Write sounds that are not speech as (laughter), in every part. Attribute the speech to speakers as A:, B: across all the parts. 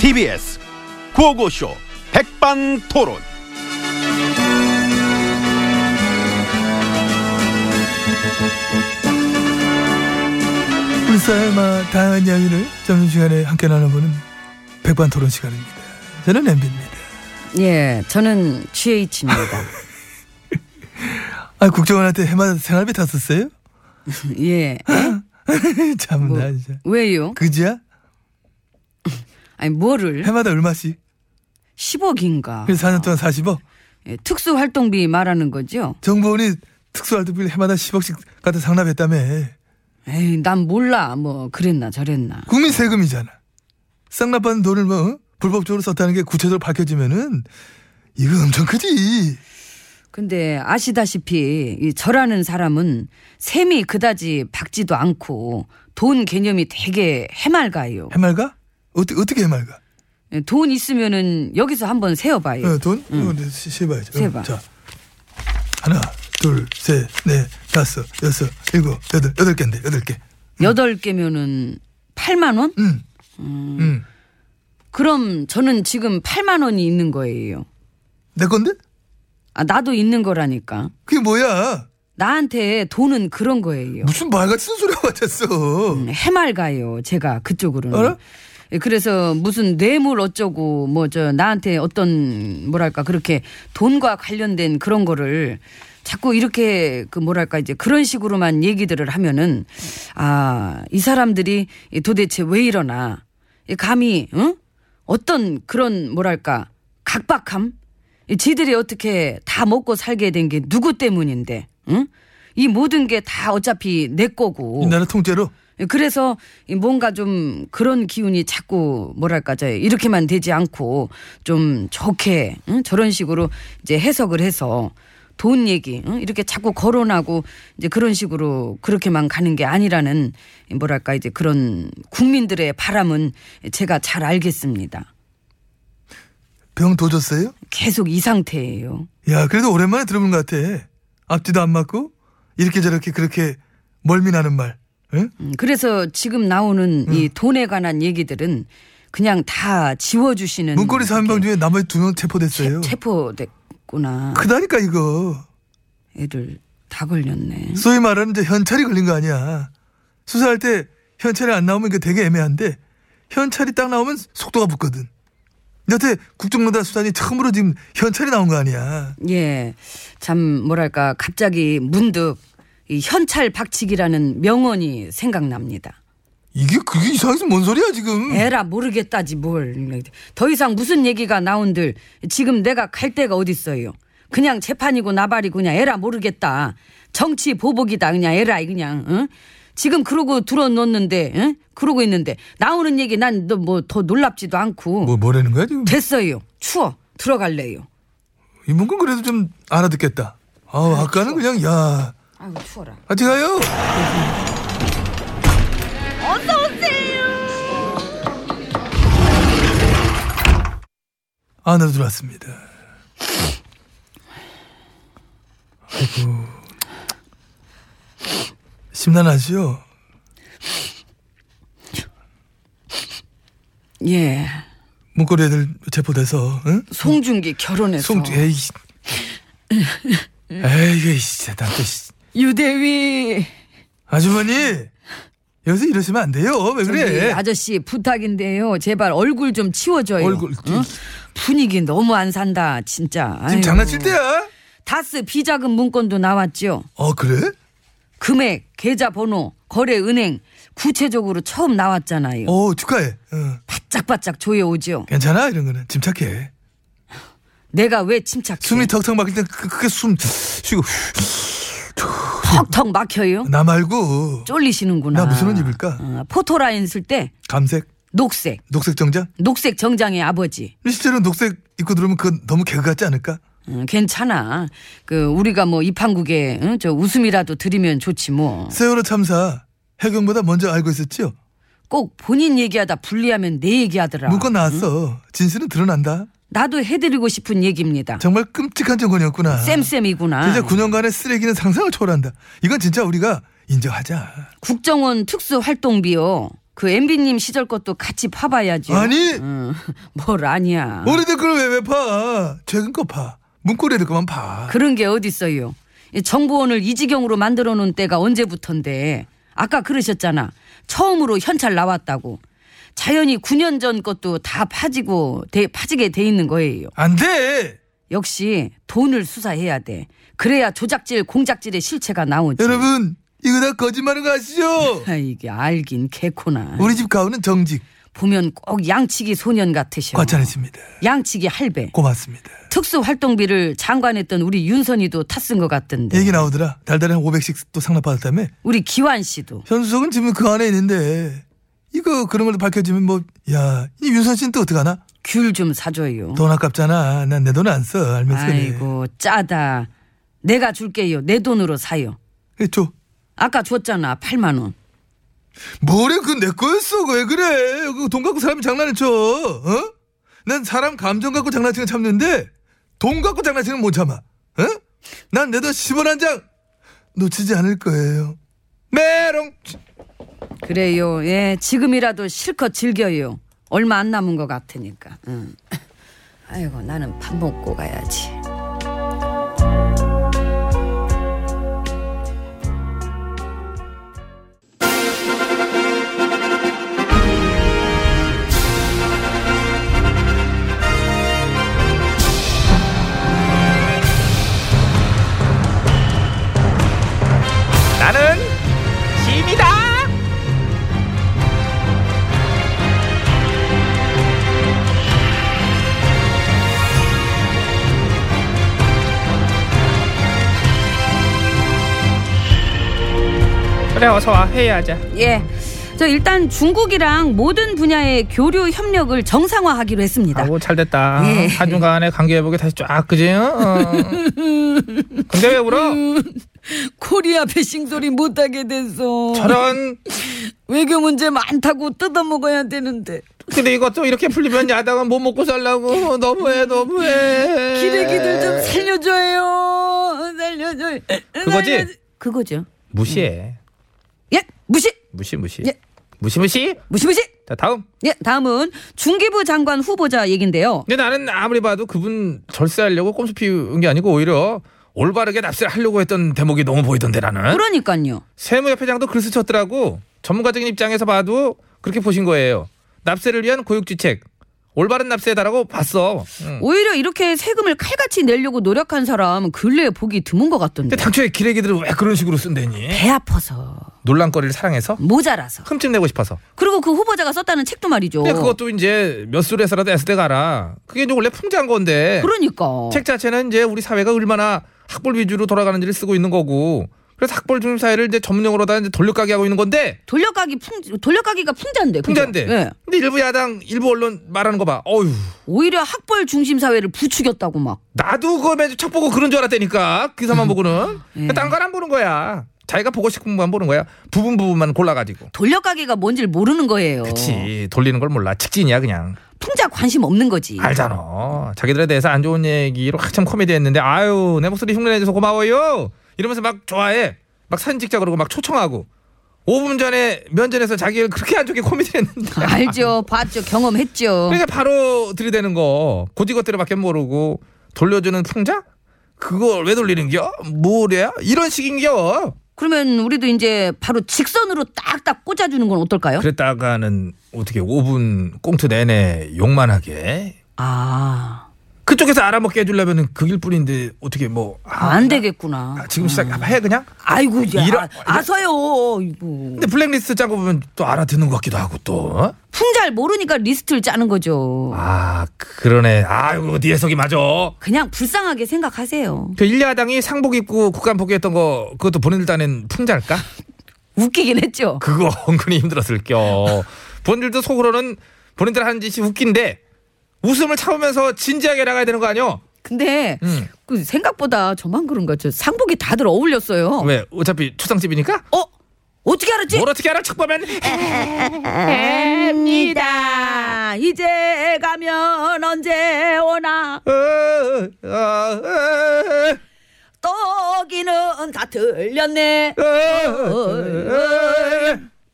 A: TBS 구호고쇼 백반토론.
B: 우리 사회의 마- 다양한 이야기를 점심시간에 함께 나눠보는 백반토론 시간입니다. 저는 엠비입니다.
C: 예, 저는 GH입니다. (laughs)
B: 아, 국정원한테 해마다 생활비 탔었어요? (laughs)
C: 예. 뭐,
B: 참나 진짜.
C: 왜요?
B: 그지야?
C: 아니, 뭐를?
B: 해마다 얼마씩?
C: 10억인가? 예,
B: 그래서 4년 동안 40억?
C: 특수활동비 말하는 거죠?
B: 정보원이 특수활동비를 해마다 10억씩 갖다 상납했다며.
C: 에이, 난 몰라. 뭐, 그랬나, 저랬나.
B: 국민 세금이잖아. 쌍납받은 돈을 뭐 어? 불법적으로 썼다는 게 구체적으로 밝혀지면은 이거 엄청 크지.
C: 근데 아시다시피, 이 저라는 사람은 셈이 그다지 박지도 않고 돈 개념이 되게 해맑아요.
B: 해말가? 어떻게 어떻게 해말가?
C: 예, 돈 있으면은 여기서 한번 세어봐요.
B: 어, 돈? 이거 이제 세- 세봐야죠. 어,
C: 세봐.
B: 자, 하나, 둘, 셋, 넷, 다섯, 여섯, 일곱, 여덟, 여덟 개인데 여덟 개.
C: 여덟 개면은 8만원?
B: 음. 음.
C: 그럼 저는 지금 8만원이 있는 거예요.
B: 내 건데?
C: 아, 나도 있는 거라니까.
B: 그게 뭐야?
C: 나한테 돈은 그런 거예요.
B: 무슨 말 같은 소리가 같았어.
C: 음, 해맑아요, 제가 그쪽으로는.
B: 알아?
C: 예, 그래서 무슨 뇌물 어쩌고 뭐 저 나한테 어떤 뭐랄까 그렇게 돈과 관련된 그런 거를 자꾸 이렇게 그 뭐랄까 이제 그런 식으로만 얘기들을 하면은 아 이 사람들이 이 도대체 왜 이러나 이 감히 응? 어떤 그런 뭐랄까 각박함 이 지들이 어떻게 다 먹고 살게 된 게 누구 때문인데 응? 이 모든 게 다 어차피 내 거고
B: 이 나라 통째로.
C: 그래서 이 뭔가 좀 그런 기운이 자꾸 뭐랄까 저 이렇게만 되지 않고 좀 좋게 응? 저런 식으로 이제 해석을 해서 돈 얘기 응? 이렇게 자꾸 거론하고 이제 그런 식으로 그렇게만 가는 게 아니라는 이 뭐랄까 이제 그런 국민들의 바람은 제가 잘 알겠습니다.
B: 병 도졌어요?
C: 계속 이 상태예요.
B: 야, 그래도 오랜만에 들어본 것 같아. 앞뒤도 안 맞고 이렇게 저렇게 그렇게 멀미나는 말. 응?
C: 음, 그래서 지금 나오는
B: 음.
C: 이 돈에 관한 얘기들은 그냥 다 지워주시는
B: 문고리 사인방 중에 나머지 두 명 음. 체포됐어요. 아.
C: 체- 체포됐구나.
B: 크다니까 이거.
C: 애들 다 걸렸네.
B: 소위 말하는 이제 현찰이 걸린 거 아니야. 수사할 때 현찰이 안 나오면 그 되게 애매한데 현찰이 딱 나오면 속도가 붙거든. 여태 국정농단 수단이 처음으로 지금 현찰이 나온 거 아니야.
C: 예. 참 뭐랄까 갑자기 문득 이 현찰 박치기라는 명언이 생각납니다.
B: 이게 그게 이상해서 뭔 소리야 지금?
C: 에라 모르겠다지 뭘. 더 이상 무슨 얘기가 나온들 지금 내가 갈 데가 어딨어요. 그냥 재판이고 나발이 그냥 에라 모르겠다. 정치 보복이다 그냥 에라 이 그냥. 응? 지금 그러고 들어놓는데 응? 그러고 있는데 나오는 얘기 난 너 뭐 더 놀랍지도 않고
B: 뭐 뭐라는 거야 지금?
C: 됐어요. 추워 들어갈래요.
B: 이문건 그래도 좀 알아듣겠다. 아우 아까는 그냥 야
C: 아유 추워라.
B: 같이 가요. 안으로 들어왔습니다. 아이고 심란하지요?
C: 예.
B: 문고리 애들 체포돼서 응?
C: 송중기 결혼해서
B: 송 에이 에이 진짜 나또 씨.
C: 유대위
B: 아주머니 여기서 이러시면 안 돼요. 왜
C: 저기
B: 그래?
C: 아저씨 부탁인데요 제발 얼굴 좀 치워줘요
B: 얼굴
C: 응? 분위기 너무 안 산다 진짜
B: 지금
C: 아이고.
B: 장난칠 때야?
C: 다스 비자금 문건도 나왔죠
B: 어 그래?
C: 금액 계좌번호 거래 은행 구체적으로 처음 나왔잖아요
B: 어 축하해. 어,
C: 바짝바짝 조여오죠
B: 괜찮아 이런 거는 침착해.
C: 내가 왜 침착해
B: 숨이 턱턱 막힐 때 크- 크게 숨 쉬고
C: 턱턱 막혀요
B: 나 말고
C: 쫄리시는구나
B: 나 무슨 옷 입을까?
C: 어, 포토라인 쓸 때
B: 감색
C: 녹색
B: 녹색 정장?
C: 녹색 정장의 아버지
B: 실제로 녹색 입고 들어오면 그건 너무 개그 같지 않을까?
C: 음, 괜찮아. 그 우리가 뭐 입한국에 응? 저 웃음이라도 드리면 좋지 뭐.
B: 세월호 참사 해경보다 먼저 알고 있었지요?
C: 꼭 본인 얘기하다 불리하면 내 얘기하더라.
B: 문건 나왔어. 진실은 드러난다.
C: 나도 해드리고 싶은 얘기입니다.
B: 정말 끔찍한 정권이었구나.
C: 쌤쌤이구나. 아.
B: 진짜 9년간의 쓰레기는 상상을 초월한다. 이건 진짜 우리가 인정하자.
C: 국정원 특수활동비요. 그 MB님 시절 것도 같이 파봐야죠.
B: 아니! 어,
C: 응. (laughs) 뭘 아니야.
B: 오래된 걸 왜 왜 파? 최근 거 파. 문고리 될 것만 파.
C: 그런 게 어딨어요. 이 정보원을 이 지경으로 만들어 놓은 때가 언제부턴데 아까 그러셨잖아. 처음으로 현찰 나왔다고. 자연히 9년 전 것도 다 파지고 돼- 파지게 돼 있는 거예요.
B: 안 돼!
C: 역시 돈을 수사해야 돼. 그래야 조작질 공작질의 실체가 나오지.
B: 여러분, 이거 다 거짓말인 거 아시죠?
C: 아, 이게 알긴 개코나.
B: 우리 집 가오는 정직,
C: 그렇죠. 보면 꼭 양치기 소년 같으셔.
B: 과찬했습니다.
C: 양치기 할배.
B: 고맙습니다.
C: 특수활동비를 장관했던 우리 윤선이도 탔은 것 같던데.
B: 얘기 나오더라. 달달에 한 500씩 또 상납받았다며?
C: 우리 기환 씨도.
B: 현수석은 지금 그 안에 있는데, 이거 그런 걸로 밝혀지면 뭐, 야, 이 윤선 씨는 또 어떡하나?
C: 귤 좀 사줘요.
B: 돈 아깝잖아. 난 내 돈 안 써. 알면서. 그래.
C: 아이고 짜다. 내가 줄게요. 내 돈으로 사요.
B: 그래, 줘.
C: 아까 줬잖아. 8만 원.
B: 뭐래 그건 내 거였어 왜 그래 그 돈 갖고 사람이 장난을 쳐 어? 난 사람 감정 갖고 장난치는 참는데 돈 갖고 장난치는 못 참아 어? 난 내 돈 10원 한 장 놓치지 않을 거예요 메롱
C: 그래요. 예, 지금이라도 실컷 즐겨요. 얼마 안 남은 것 같으니까. 응. (laughs) 아이고 나는 밥 먹고 가야지.
A: 나는 짐이다.
D: 그래 어서 와 회의하자
C: 예. 저 일단 중국이랑 모든 분야의 교류 협력을 정상화하기로 했습니다.
D: 아우 뭐- 잘됐다
C: 예.
D: 한중간의 관계 회복이 다시 쫙 그지 어. 근데 왜 울어
C: 코리아 (laughs) 배싱 소리 못하게 돼서
D: 저런
C: 외교 문제 많다고 뜯어먹어야 되는데
D: 근데 이것도 이렇게 풀리면 야당은 못 먹고 살라고 너무해 너무해
C: 기레기들 좀 살려줘요. 살려줘요.
D: 네. 그거지?
C: 그거죠.
D: 무시해
C: 예, 무시,
D: 무시 무시
C: 예.
D: 무시 무시
C: 무시, 무시.
D: 자 다음
C: 예, 다음은 중기부 장관 후보자 얘긴데요.
D: 근데 나는 아무리 봐도 그분 절세하려고 꼼수 피운 게 아니고 오히려 올바르게 납세를 하려고 했던 대목이 너무 보이던데 나는
C: 그러니까요.
D: 세무협회장도 글 쓰셨더라고. 전문가적인 입장에서 봐도 그렇게 보신 거예요. 납세를 위한 고육지책. 올바른 납세다라고 봤어. 응.
C: 오히려 이렇게 세금을 칼같이 내려고 노력한 사람 근래에 보기 드문 것 같던데.
D: 근데 당초에 기레기들은 왜 그런 식으로 쓴대니?
C: 배 아파서
D: 논란거리를 사랑해서?
C: 모자라서
D: 흠집 내고 싶어서.
C: 그리고 그 후보자가 썼다는 책도 말이죠.
D: 근데 그것도 이제 몇 수로해서라도 S대 가라. 그게 이제 원래 풍자한 건데.
C: 그러니까.
D: 책 자체는 이제 우리 사회가 얼마나 학벌 위주로 돌아가는지를 쓰고 있는 거고. 그래서 학벌 중립 사회를 이제 전문용어로다 이제 돌려가기 하고 있는 건데
C: 돌려가기 풍 돌려가기가 풍자인데. 그죠?
D: 풍자인데.
C: 예.
D: 근데 일부 야당, 일부 언론 말하는 거 봐. 어휴.
C: 오히려 학벌 중심 사회를 부추겼다고 막.
D: 나도 그거 맨척 보고 그런 줄 알았다니까 기사만 보고는 그러니까 딴 건 안 보는 거야 자기가 보고 싶은 것만 보는 거야 부분 부분만 골라가지고
C: 돌려가기가 뭔지를 모르는 거예요.
D: 그치 돌리는 걸 몰라 직진이야 그냥
C: 풍자 관심 없는 거지.
D: 알잖아 자기들에 대해서 안 좋은 얘기로 한참 코미디 했는데 아유 내 목소리 흉내내줘서 고마워요 이러면서 막 좋아해 막 사진 찍자 그러고 막 초청하고 5분 전에 면전에서 자기를 그렇게 안 좋게 코미디
C: (laughs)
D: 했는데
C: 알죠. 봤죠. 경험했죠.
D: 그러니까 바로 들이대는 거 고지것대로밖에 모르고 돌려주는 풍자 그걸 왜 돌리는겨 뭐래야 이런 식인겨
C: 그러면 우리도 이제 바로 직선으로 딱딱 꽂아주는 건 어떨까요?
D: 그랬다가는 어떻게 5분 꽁트 내내 욕만 하게
C: 아,
D: 그쪽에서 알아먹게 해주려면 그길 뿐인데 어떻게 뭐 아,
C: 안 되겠구나. 음.
D: 아, 지금 시작 해 그냥
C: 아이고, 이제
D: 이런-
C: 아, 서요 이거.
D: 근데 블랙리스트 짜고 보면 또 알아듣는 것 같기도 하고 또
C: 풍잘 모르니까 리스트를 짜는 거죠.
D: 아 그러네 아이고 네 해석이 맞아
C: 그냥 불쌍하게 생각하세요.
D: 그 일야당이 상복 입고 국감 포기했던 거 그것도 본인들 따낸 풍자일까
C: 웃기긴 했죠.
D: 그거 은근히 힘들었을 겨 본인들도 속으로는 본인들 하는 짓이 웃긴데 웃음을 참으면서 진지하게 나가야 되는 거 아니요
C: 근데
D: 음.
C: 그 생각보다 저만 그런가 저 상복이 다들 어울렸어요.
D: 왜 어차피 초상집이니까
C: 어? 어떻게 알았지?
D: 뭘 어떻게 알아? 척 보면
C: 아, 이제 가면 언제 오나 떡이는 다 틀렸네.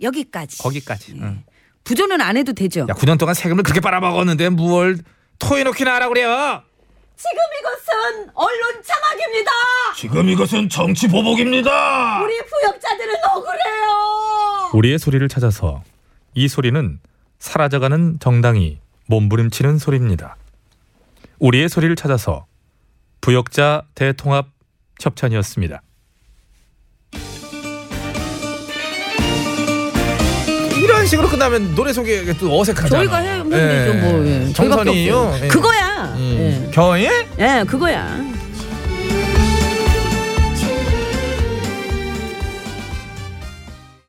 C: 여기까지.
D: 거기까지. 응.
C: 부조는 안 해도 되죠.
D: 야 9년 동안 세금을 그렇게 빨아먹었는데 무얼 토해놓기나 하라 그래요
E: 지금 이것은 언론 장악입니다.
D: 지금 이것은 정치 보복입니다
E: 우리 부역자들은 억울해요.
F: 우리의 소리를 찾아서 이 소리는 사라져가는 정당이 몸부림치는 소리입니다. 우리의 소리를 찾아서 부역자 대통합 협찬이었습니다.
D: 이런 식으로 끝나면 노래 소개가 또 어색하잖아
C: 저희가 해면 되죠 뭐. 예. 저희밖에
D: 정선이요
C: 없어요.
D: 예.
C: 그거야.
D: 음. 겨예?
C: 예, 예, 그거야.